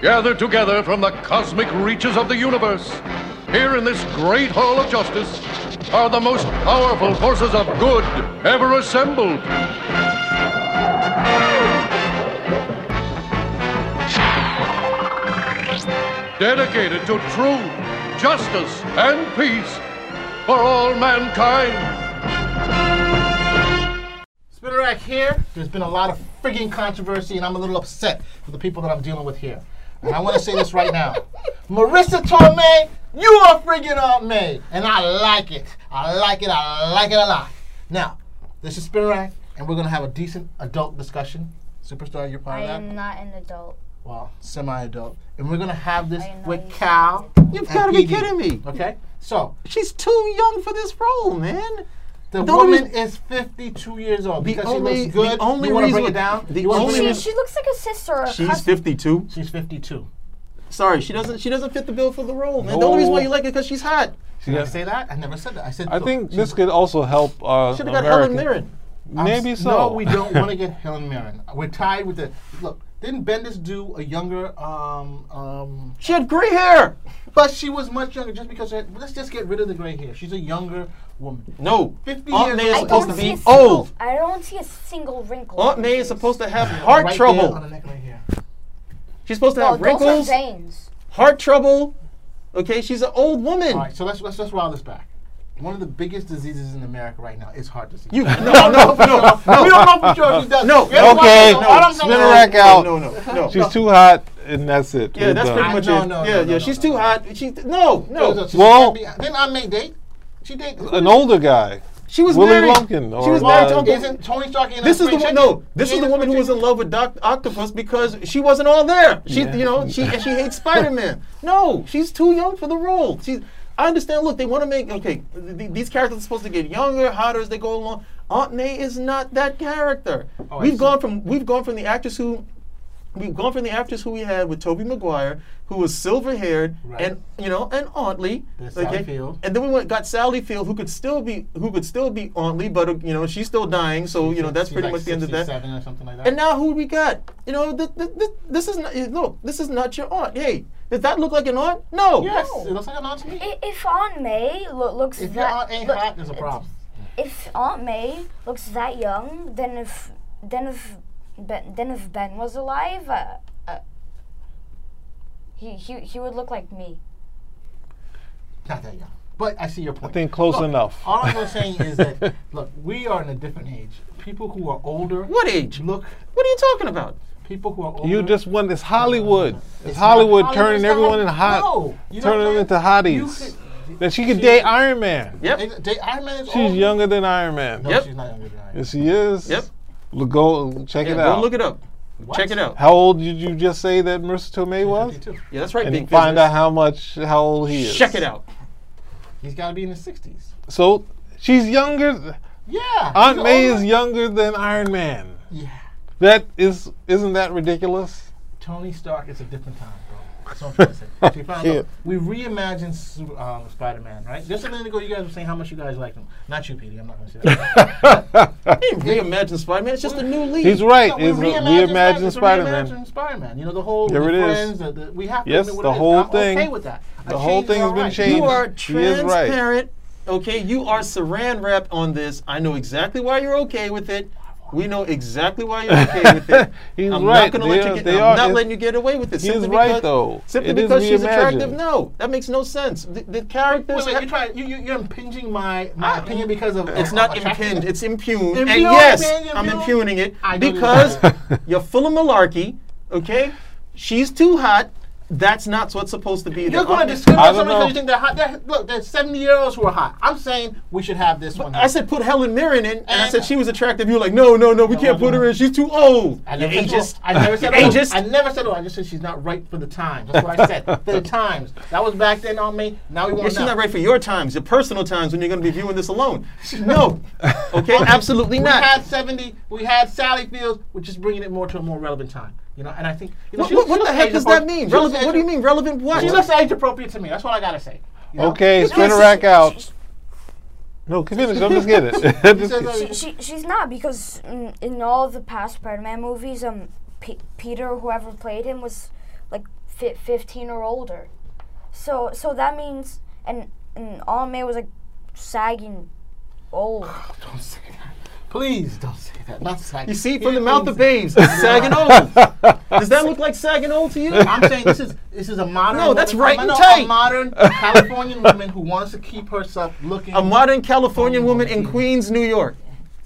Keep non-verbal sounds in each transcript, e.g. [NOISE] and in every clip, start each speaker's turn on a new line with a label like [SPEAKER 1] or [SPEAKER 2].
[SPEAKER 1] gathered together from the cosmic reaches of the universe, here in this great hall of justice, are the most powerful forces of good ever assembled. Dedicated to truth, justice, and peace for all mankind.
[SPEAKER 2] Spinnerack here. There's been a lot of frigging controversy, and I'm a little upset with the people that I'm dealing with here. And I want to say this right
[SPEAKER 3] [LAUGHS]
[SPEAKER 2] now. Marissa Tomei, you are friggin' Aunt May. And I like it. I like it. I like it a lot. Now, this is Spinnerack, and we're going to have a decent adult discussion. Superstar, you're part
[SPEAKER 4] I
[SPEAKER 2] of that?
[SPEAKER 4] am not an adult.
[SPEAKER 2] Well, semi adult. And we're going to have this
[SPEAKER 4] I am not
[SPEAKER 2] with
[SPEAKER 4] even-
[SPEAKER 2] Cal. and
[SPEAKER 3] You've got to be
[SPEAKER 2] Edie,
[SPEAKER 3] kidding me.
[SPEAKER 2] Okay? So,
[SPEAKER 3] She's too young for this role, man.
[SPEAKER 2] the
[SPEAKER 3] The only
[SPEAKER 2] woman is 52 years old.
[SPEAKER 3] The
[SPEAKER 2] Because she
[SPEAKER 3] only-
[SPEAKER 2] looks good.
[SPEAKER 3] the only
[SPEAKER 2] you want to
[SPEAKER 3] reason-
[SPEAKER 2] break it down?
[SPEAKER 3] the
[SPEAKER 2] You wanna
[SPEAKER 3] only
[SPEAKER 2] break it
[SPEAKER 4] She,
[SPEAKER 2] down?
[SPEAKER 3] reason-
[SPEAKER 4] she looks like a sister or a
[SPEAKER 3] She's
[SPEAKER 4] cousin.
[SPEAKER 3] 52.
[SPEAKER 2] She's 52.
[SPEAKER 3] Sorry, she doesn't. She doesn't fit the bill for the role, man. The only reason why you like it because she's hot.
[SPEAKER 2] Did I say that? I never said that. I said
[SPEAKER 5] I
[SPEAKER 2] so.
[SPEAKER 5] think this could also help. Uh,
[SPEAKER 3] Should have got
[SPEAKER 5] American-
[SPEAKER 3] Helen Mirren.
[SPEAKER 2] I'm s-
[SPEAKER 5] Maybe so.
[SPEAKER 2] No, we don't want to get Helen Mirren. We're tied with the look. Didn't Bendis do a younger? Um, um,
[SPEAKER 3] She had gray hair.
[SPEAKER 2] but she was much younger. Just because her, let's just get rid of the gray hair. She's a younger woman.
[SPEAKER 3] No,
[SPEAKER 2] 50
[SPEAKER 3] Aunt
[SPEAKER 2] years
[SPEAKER 3] May
[SPEAKER 2] old.
[SPEAKER 3] is
[SPEAKER 4] I
[SPEAKER 3] supposed
[SPEAKER 4] don't
[SPEAKER 3] to
[SPEAKER 4] see
[SPEAKER 3] be
[SPEAKER 4] a single,
[SPEAKER 3] old.
[SPEAKER 4] I don't see a single wrinkle.
[SPEAKER 3] Aunt May is supposed to have heart
[SPEAKER 2] right There
[SPEAKER 3] trouble.
[SPEAKER 2] on the neck right here.
[SPEAKER 3] She's supposed to
[SPEAKER 4] No,
[SPEAKER 3] have
[SPEAKER 4] those
[SPEAKER 3] wrinkles,
[SPEAKER 4] are veins.
[SPEAKER 3] heart trouble. Okay, she's an old woman.
[SPEAKER 2] All right, so let's let's let's roll this back. One of the biggest diseases in America right now is heart disease.
[SPEAKER 5] [LAUGHS]
[SPEAKER 3] You no no no
[SPEAKER 2] we
[SPEAKER 3] no
[SPEAKER 2] don't know for sure if he does.
[SPEAKER 3] no.
[SPEAKER 2] We don't know for
[SPEAKER 5] Okay,
[SPEAKER 2] sure.
[SPEAKER 5] no,
[SPEAKER 2] All I'm saying
[SPEAKER 5] spin
[SPEAKER 2] is-
[SPEAKER 5] rack out.
[SPEAKER 3] No no no.
[SPEAKER 5] She's too hot, and uh, that's it.
[SPEAKER 3] yeah,
[SPEAKER 5] We're
[SPEAKER 3] that's
[SPEAKER 5] done.
[SPEAKER 3] pretty much
[SPEAKER 2] No,
[SPEAKER 3] it.
[SPEAKER 2] no, no,
[SPEAKER 3] yeah,
[SPEAKER 2] no,
[SPEAKER 3] yeah,
[SPEAKER 2] no,
[SPEAKER 3] she's
[SPEAKER 2] no,
[SPEAKER 3] too
[SPEAKER 2] no.
[SPEAKER 3] hot. She no,
[SPEAKER 2] No,
[SPEAKER 3] no.
[SPEAKER 2] no, she
[SPEAKER 5] Well-
[SPEAKER 2] can't be- then I may date. She date
[SPEAKER 5] An older guy.
[SPEAKER 3] she was
[SPEAKER 5] Willie
[SPEAKER 3] married.
[SPEAKER 5] Loken
[SPEAKER 3] she was
[SPEAKER 5] or,
[SPEAKER 3] married to
[SPEAKER 5] uh,
[SPEAKER 3] Uncle
[SPEAKER 2] Isn't Tony Stark in
[SPEAKER 3] This is the
[SPEAKER 2] Fried Chicken?
[SPEAKER 3] one. No, this
[SPEAKER 2] He
[SPEAKER 3] is the
[SPEAKER 2] in
[SPEAKER 3] woman who
[SPEAKER 2] Fried
[SPEAKER 3] was
[SPEAKER 2] Chicken?
[SPEAKER 3] in love with Doc Octopus because she wasn't all there. She, you know, she and she hates
[SPEAKER 2] [LAUGHS]
[SPEAKER 3] Spider Man. No, she's too young for the role. She's. I understand. Look, they want to make okay. th- th- these characters are supposed to get younger, hotter as they go along. Aunt May is not that character.
[SPEAKER 2] Oh, I
[SPEAKER 3] we've
[SPEAKER 2] see.
[SPEAKER 3] gone from we've gone from the actress who. We've gone from the actress who we had with Toby Maguire, who was silver haired
[SPEAKER 2] Right.
[SPEAKER 3] and you know and auntly.
[SPEAKER 2] There's Sally Field.
[SPEAKER 3] And then we went, got Sally Field, who could still be who could still be auntly, but uh, you know she's still dying, so you know that's
[SPEAKER 2] She's
[SPEAKER 3] pretty
[SPEAKER 2] like
[SPEAKER 3] much the end of that.
[SPEAKER 2] 67 or something like that.
[SPEAKER 3] And now who we got? You know, th- th- th- this is not no, this is not your aunt. Hey, does that look like an aunt? No.
[SPEAKER 2] Yes, it looks like an aunt to me.
[SPEAKER 4] I- If Aunt May lo- looks
[SPEAKER 2] If your
[SPEAKER 4] that
[SPEAKER 2] aunt ain't
[SPEAKER 4] look-
[SPEAKER 2] hot, there's a problem.
[SPEAKER 4] if Aunt May looks that young, then if then if ben, then if Ben was alive, uh, uh, he he he would look like me.
[SPEAKER 2] Not that young. But I see your point.
[SPEAKER 5] I think close
[SPEAKER 2] Look,
[SPEAKER 5] enough.
[SPEAKER 2] All I'm really saying is
[SPEAKER 5] [LAUGHS]
[SPEAKER 2] that, look, we are in a different age. People who are older
[SPEAKER 3] What age?
[SPEAKER 2] look,
[SPEAKER 3] What are you talking about?
[SPEAKER 2] people who are older.
[SPEAKER 5] You just want it's Hollywood. It's,
[SPEAKER 2] It's not
[SPEAKER 5] Hollywood
[SPEAKER 2] Hollywood.
[SPEAKER 5] turning
[SPEAKER 2] It's not
[SPEAKER 5] everyone
[SPEAKER 2] like-
[SPEAKER 5] in hot,
[SPEAKER 2] No, you know
[SPEAKER 5] turning
[SPEAKER 2] what
[SPEAKER 5] them
[SPEAKER 2] I'm
[SPEAKER 5] into
[SPEAKER 2] saying? You
[SPEAKER 5] hotties.
[SPEAKER 2] could-
[SPEAKER 5] That she could
[SPEAKER 2] she-
[SPEAKER 5] date Iron Man.
[SPEAKER 3] Yep.
[SPEAKER 2] They- they- Iron Man is
[SPEAKER 5] She's
[SPEAKER 2] old.
[SPEAKER 5] younger than Iron Man.
[SPEAKER 2] No,
[SPEAKER 3] Yep.
[SPEAKER 2] she's not younger than Iron Man.
[SPEAKER 5] Yes, she is.
[SPEAKER 3] Yep.
[SPEAKER 5] Look, go check
[SPEAKER 3] yeah,
[SPEAKER 5] it
[SPEAKER 3] go
[SPEAKER 5] out.
[SPEAKER 3] look it up. Check it out.
[SPEAKER 5] How old did you just say that Marissa Tomei was?
[SPEAKER 2] 52.
[SPEAKER 3] Yeah, that's right.
[SPEAKER 5] And
[SPEAKER 3] big
[SPEAKER 5] find out
[SPEAKER 3] business.
[SPEAKER 5] how much how old he is.
[SPEAKER 3] Check it out.
[SPEAKER 2] He's got to be in his 60s.
[SPEAKER 5] So she's younger.
[SPEAKER 2] Yeah.
[SPEAKER 5] Aunt
[SPEAKER 2] he's
[SPEAKER 5] May
[SPEAKER 2] older.
[SPEAKER 5] is younger than Iron Man.
[SPEAKER 2] Yeah.
[SPEAKER 5] That is, isn't that ridiculous?
[SPEAKER 2] Tony Stark is a different time, bro. That's what I'm trying to say. If you found out-
[SPEAKER 5] [LAUGHS] Shit.
[SPEAKER 2] we reimagined Su- um, Spider-Man, right? Just a minute ago, you guys were saying how much you guys liked him. Not you, Petey. I'm not going to say
[SPEAKER 5] [LAUGHS]
[SPEAKER 2] that.
[SPEAKER 3] They didn't reimagine Spider Man. It's just a new lead.
[SPEAKER 5] He's right.
[SPEAKER 2] No,
[SPEAKER 5] is we
[SPEAKER 2] reimagined
[SPEAKER 5] imagine
[SPEAKER 2] Spi-
[SPEAKER 5] Spider
[SPEAKER 2] We reimagined
[SPEAKER 5] Man.
[SPEAKER 2] Spider-Man. You know the whole
[SPEAKER 5] Here
[SPEAKER 2] the
[SPEAKER 5] it is.
[SPEAKER 2] friends. The, the, we have to
[SPEAKER 5] Yes,
[SPEAKER 2] admit what
[SPEAKER 5] the
[SPEAKER 2] it is.
[SPEAKER 5] whole
[SPEAKER 2] I'm Okay
[SPEAKER 5] thing.
[SPEAKER 2] with that. A
[SPEAKER 5] The
[SPEAKER 2] change
[SPEAKER 5] whole
[SPEAKER 2] is
[SPEAKER 5] thing's
[SPEAKER 2] all
[SPEAKER 5] been
[SPEAKER 2] right.
[SPEAKER 5] changed.
[SPEAKER 3] You are
[SPEAKER 5] He is right.
[SPEAKER 3] transparent. Okay, you are saran wrapped on this. I know exactly why you're okay with it. We know exactly why you're okay with it.
[SPEAKER 5] [LAUGHS] He's
[SPEAKER 3] I'm
[SPEAKER 5] right.
[SPEAKER 3] not gonna
[SPEAKER 5] They
[SPEAKER 3] let
[SPEAKER 5] are-
[SPEAKER 3] you get.
[SPEAKER 5] they
[SPEAKER 3] I'm
[SPEAKER 5] are-
[SPEAKER 3] not
[SPEAKER 5] it's-
[SPEAKER 3] letting you get away with it.
[SPEAKER 5] He
[SPEAKER 3] simply
[SPEAKER 5] is right,
[SPEAKER 3] because,
[SPEAKER 5] though.
[SPEAKER 3] Simply
[SPEAKER 5] It is
[SPEAKER 3] because she's attractive.
[SPEAKER 5] reimagined.
[SPEAKER 3] No, that makes no sense. The, the
[SPEAKER 2] Wait,
[SPEAKER 3] characters.
[SPEAKER 2] wait,
[SPEAKER 3] ha-
[SPEAKER 2] you're trying. You, you, you're impinging my my
[SPEAKER 3] I-
[SPEAKER 2] opinion because of
[SPEAKER 3] it's
[SPEAKER 2] of
[SPEAKER 3] not
[SPEAKER 2] attractiveness?
[SPEAKER 3] impinged. It's impugned.
[SPEAKER 2] Impugn,
[SPEAKER 3] and yes,
[SPEAKER 2] impugn,
[SPEAKER 3] I'm
[SPEAKER 2] impugn.
[SPEAKER 3] impugning it
[SPEAKER 2] I know you
[SPEAKER 3] because
[SPEAKER 2] are.
[SPEAKER 5] [LAUGHS]
[SPEAKER 3] you're full of malarkey. Okay, she's too hot. That's not what's supposed to be.
[SPEAKER 2] You're
[SPEAKER 3] there.
[SPEAKER 2] going
[SPEAKER 3] I'm-
[SPEAKER 2] to discriminate
[SPEAKER 5] don't
[SPEAKER 2] somebody because
[SPEAKER 5] know.
[SPEAKER 2] you think they're hot. They're, look, there's 70 year olds who are hot. I'm saying we should have this one.
[SPEAKER 3] I said put Helen Mirren in, and, I
[SPEAKER 2] And-
[SPEAKER 3] said she was attractive. You were like, no, no, no, we can't
[SPEAKER 2] no,
[SPEAKER 3] put
[SPEAKER 2] no.
[SPEAKER 3] her in. She's too old.
[SPEAKER 2] I
[SPEAKER 3] You
[SPEAKER 2] never said
[SPEAKER 3] ageist.
[SPEAKER 2] ageist. I never said
[SPEAKER 3] You
[SPEAKER 2] oh.
[SPEAKER 3] ageist.
[SPEAKER 2] I never said oh. I just said she's not right for the times. That's what I said. for the times. That was back then on me. Now we want
[SPEAKER 3] Yeah, she's
[SPEAKER 2] now.
[SPEAKER 3] not right for your times, your personal times when you're going to be viewing this [LAUGHS] alone. No. Okay, [LAUGHS] absolutely
[SPEAKER 2] We
[SPEAKER 3] not.
[SPEAKER 2] had 70. We had Sally Fields. We're just bringing it more to a more relevant time. You know, and I think. You know,
[SPEAKER 3] What,
[SPEAKER 2] she
[SPEAKER 3] what-
[SPEAKER 2] looks-
[SPEAKER 3] what
[SPEAKER 2] she
[SPEAKER 3] the
[SPEAKER 2] looks
[SPEAKER 3] heck does that
[SPEAKER 2] age-appro-
[SPEAKER 3] mean?
[SPEAKER 2] she looks
[SPEAKER 3] Relevant? What do you
[SPEAKER 2] age-
[SPEAKER 3] mean Oh, relevant? What?
[SPEAKER 2] She looks age appropriate to me. That's what I gotta say. You know?
[SPEAKER 5] Okay,
[SPEAKER 4] can't
[SPEAKER 5] spin
[SPEAKER 4] see-
[SPEAKER 5] rack out. No, finish. I'm just kidding.
[SPEAKER 2] [LAUGHS] She
[SPEAKER 5] Just
[SPEAKER 2] says,
[SPEAKER 5] kidding.
[SPEAKER 2] uh,
[SPEAKER 4] She, she she's not because mm, in all the past Spider-Man movies, um, P- Peter, whoever played him, was like fi- 15 or older. So so that means and and Aunt May was like sagging old.
[SPEAKER 2] Don't say that. Please don't say that. Not sagging.
[SPEAKER 3] You see, from the mouth of babes, it's [LAUGHS] sagging old. Does that look like sagging old to you?
[SPEAKER 2] I'm saying this is this is a modern.
[SPEAKER 3] No, that's
[SPEAKER 2] woman-
[SPEAKER 3] right
[SPEAKER 2] I
[SPEAKER 3] and
[SPEAKER 2] know,
[SPEAKER 3] tight.
[SPEAKER 2] A modern Californian woman who wants to keep herself looking.
[SPEAKER 3] [LAUGHS] A modern Californian woman in Queens, New York.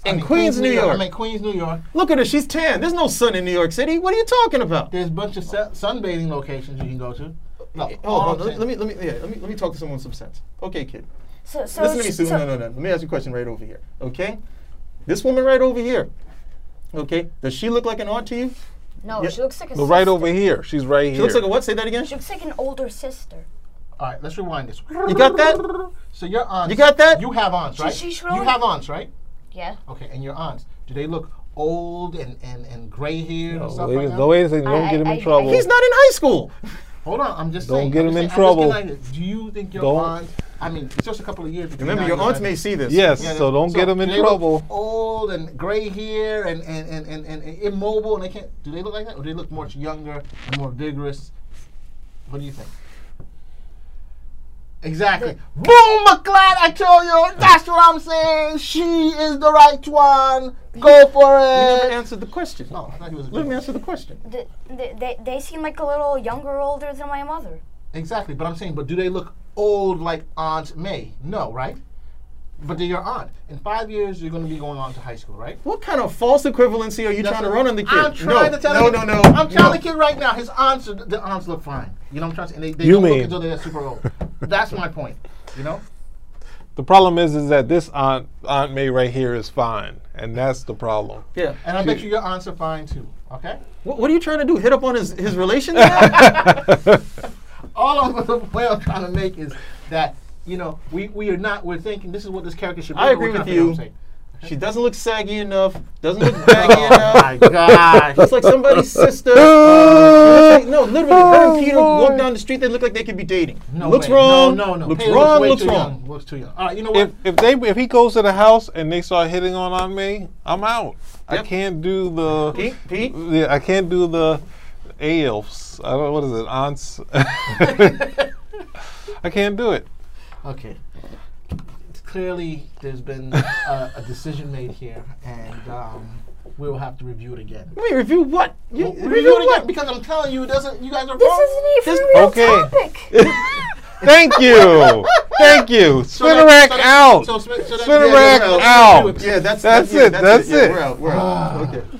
[SPEAKER 2] I
[SPEAKER 3] In
[SPEAKER 2] mean,
[SPEAKER 3] Queens, New York.
[SPEAKER 2] I mean Queens, New York.
[SPEAKER 3] Look at her, she's tan. There's no sun in New York City. What are you talking about?
[SPEAKER 2] There's a bunch of se- sunbathing locations you can go to. No, all
[SPEAKER 3] Oh,
[SPEAKER 2] I'm
[SPEAKER 3] let,
[SPEAKER 2] saying-
[SPEAKER 3] let me let me yeah, let me let me talk to someone with some sense. Okay, kid.
[SPEAKER 4] So so
[SPEAKER 3] Listen to me,
[SPEAKER 4] it's-
[SPEAKER 3] Sue.
[SPEAKER 4] so-
[SPEAKER 3] No, no, no. Let me ask you a question right over here. Okay? This woman right over here. Okay, does she look like an aunt to you?
[SPEAKER 4] no,
[SPEAKER 3] Yeah.
[SPEAKER 4] she looks like a
[SPEAKER 5] [LAUGHS] But right
[SPEAKER 4] sister.
[SPEAKER 5] over here. She's right
[SPEAKER 3] She
[SPEAKER 5] here.
[SPEAKER 3] looks like a what? Say that again.
[SPEAKER 4] She looks like an older sister.
[SPEAKER 2] All right, let's rewind this.
[SPEAKER 3] You got
[SPEAKER 4] [LAUGHS]
[SPEAKER 3] that?
[SPEAKER 2] So your aunts.
[SPEAKER 3] You got that?
[SPEAKER 2] You have aunts, right?
[SPEAKER 4] she's
[SPEAKER 2] you
[SPEAKER 4] wrong.
[SPEAKER 2] have aunts, right?
[SPEAKER 4] Yeah.
[SPEAKER 2] Okay, and your aunts. Do they look old and and and gray haired or
[SPEAKER 5] Oh,
[SPEAKER 2] stuff
[SPEAKER 5] wait,
[SPEAKER 2] like that?
[SPEAKER 5] no, wait a second. Don't
[SPEAKER 4] I-
[SPEAKER 5] get him
[SPEAKER 4] I-
[SPEAKER 5] in
[SPEAKER 4] I-
[SPEAKER 5] trouble.
[SPEAKER 3] He's not in high school.
[SPEAKER 2] Hold on, I'm just
[SPEAKER 5] Don't
[SPEAKER 2] saying.
[SPEAKER 5] get
[SPEAKER 2] I'm
[SPEAKER 5] him
[SPEAKER 2] just saying- I'm
[SPEAKER 5] in
[SPEAKER 2] just
[SPEAKER 5] trouble.
[SPEAKER 2] getting at it. do you think your
[SPEAKER 5] Don't-
[SPEAKER 2] aunts? I mean, it's just a couple of years. between
[SPEAKER 3] Remember,
[SPEAKER 2] now
[SPEAKER 3] your
[SPEAKER 2] and
[SPEAKER 3] aunts
[SPEAKER 2] then.
[SPEAKER 3] may see this.
[SPEAKER 5] yes,
[SPEAKER 2] Yeah,
[SPEAKER 5] so don't
[SPEAKER 2] so
[SPEAKER 5] get him
[SPEAKER 2] do
[SPEAKER 5] in
[SPEAKER 2] they look
[SPEAKER 5] trouble.
[SPEAKER 2] Old and gray hair and and, and, and, and and immobile, and they can't. Do they look like that, or do they look much younger and more vigorous? What do you think? Exactly. Boom, McLeod, I told you. That's what I'm saying. She is the right one. Go for
[SPEAKER 3] You never
[SPEAKER 2] it.
[SPEAKER 3] answered the question.
[SPEAKER 2] No, I thought he was. a
[SPEAKER 3] Let
[SPEAKER 2] good
[SPEAKER 3] me
[SPEAKER 2] one.
[SPEAKER 3] answer the question.
[SPEAKER 4] Th- th- they, they seem like a little younger or older than my mother.
[SPEAKER 2] Exactly, but I'm saying, but do they look old like Aunt May? No, right? But they're your aunt. In five years, you're going to be going on to high school, right?
[SPEAKER 3] What kind of false equivalency are you trying to run on the kid?
[SPEAKER 2] I'm trying
[SPEAKER 3] no,
[SPEAKER 2] to tell
[SPEAKER 3] no,
[SPEAKER 2] him.
[SPEAKER 3] no, no.
[SPEAKER 2] I'm telling
[SPEAKER 3] no.
[SPEAKER 2] the kid right now. His aunts, are- the aunts look fine. You know what I'm trying to say? And they, they
[SPEAKER 5] You
[SPEAKER 2] don't look
[SPEAKER 5] mean.
[SPEAKER 2] until they're super
[SPEAKER 3] [LAUGHS]
[SPEAKER 2] old. That's my point. You know?
[SPEAKER 5] The problem is, is that this aunt, Aunt May right here is fine, and that's the problem.
[SPEAKER 3] Yeah.
[SPEAKER 2] And I bet you your aunts are fine too. Okay?
[SPEAKER 3] What, what are you trying to do? Hit up on his his
[SPEAKER 2] [LAUGHS]
[SPEAKER 3] relations? now?
[SPEAKER 2] All I'm [LAUGHS] well trying to make is that you know we, we are not we're thinking this is what this character should be.
[SPEAKER 3] I
[SPEAKER 2] but
[SPEAKER 3] agree
[SPEAKER 2] we're trying
[SPEAKER 3] with
[SPEAKER 2] to figure out
[SPEAKER 3] you.
[SPEAKER 2] what I'm saying.
[SPEAKER 3] she doesn't look saggy enough. Doesn't look
[SPEAKER 2] [LAUGHS]
[SPEAKER 3] baggy
[SPEAKER 2] Oh
[SPEAKER 3] enough.
[SPEAKER 2] my
[SPEAKER 3] [LAUGHS]
[SPEAKER 2] gosh!
[SPEAKER 3] Looks like somebody's sister. Uh, looks like- no, literally, her and Peter
[SPEAKER 5] Oh,
[SPEAKER 3] walk down the street. They look like they could be dating.
[SPEAKER 2] [LAUGHS] No
[SPEAKER 3] looks
[SPEAKER 2] way.
[SPEAKER 3] wrong.
[SPEAKER 2] No, no, no.
[SPEAKER 3] Looks
[SPEAKER 2] Peter
[SPEAKER 3] wrong.
[SPEAKER 2] way
[SPEAKER 3] Looks
[SPEAKER 2] too
[SPEAKER 3] wrong.
[SPEAKER 2] young, Looks too young. All right, you know what?
[SPEAKER 5] If if they if he goes to the house and they start hitting on Aunt May, I'm out. I
[SPEAKER 3] Yep.
[SPEAKER 5] can't do the
[SPEAKER 3] Pete, Pete,
[SPEAKER 5] Yeah, I can't do the elves. I don't. What is
[SPEAKER 2] [LAUGHS]
[SPEAKER 5] it? Aunts. [LAUGHS] I can't do it.
[SPEAKER 2] Okay. Clearly, there's
[SPEAKER 3] [LAUGHS]
[SPEAKER 2] been uh, a decision made here, and um, we will have to review it again.
[SPEAKER 3] Wait, review what? You,
[SPEAKER 2] Well,
[SPEAKER 3] review,
[SPEAKER 2] review it again
[SPEAKER 3] what?
[SPEAKER 2] because I'm telling you, it doesn't. You guys are
[SPEAKER 4] This
[SPEAKER 2] wrong.
[SPEAKER 4] isn't even
[SPEAKER 3] This-
[SPEAKER 4] a real
[SPEAKER 5] okay.
[SPEAKER 4] topic.
[SPEAKER 5] [LAUGHS]
[SPEAKER 4] [LAUGHS]
[SPEAKER 5] Thank you. Thank you.
[SPEAKER 2] So that-
[SPEAKER 5] Spinnerack
[SPEAKER 2] so that-
[SPEAKER 5] out.
[SPEAKER 2] So, Spin- so that-
[SPEAKER 5] Spinnerack
[SPEAKER 2] yeah, yeah, yeah.
[SPEAKER 5] out.
[SPEAKER 3] Yeah, that's
[SPEAKER 5] That's it, Ah. that's
[SPEAKER 3] Yeah,
[SPEAKER 5] it.
[SPEAKER 3] we're out. We're out. Okay.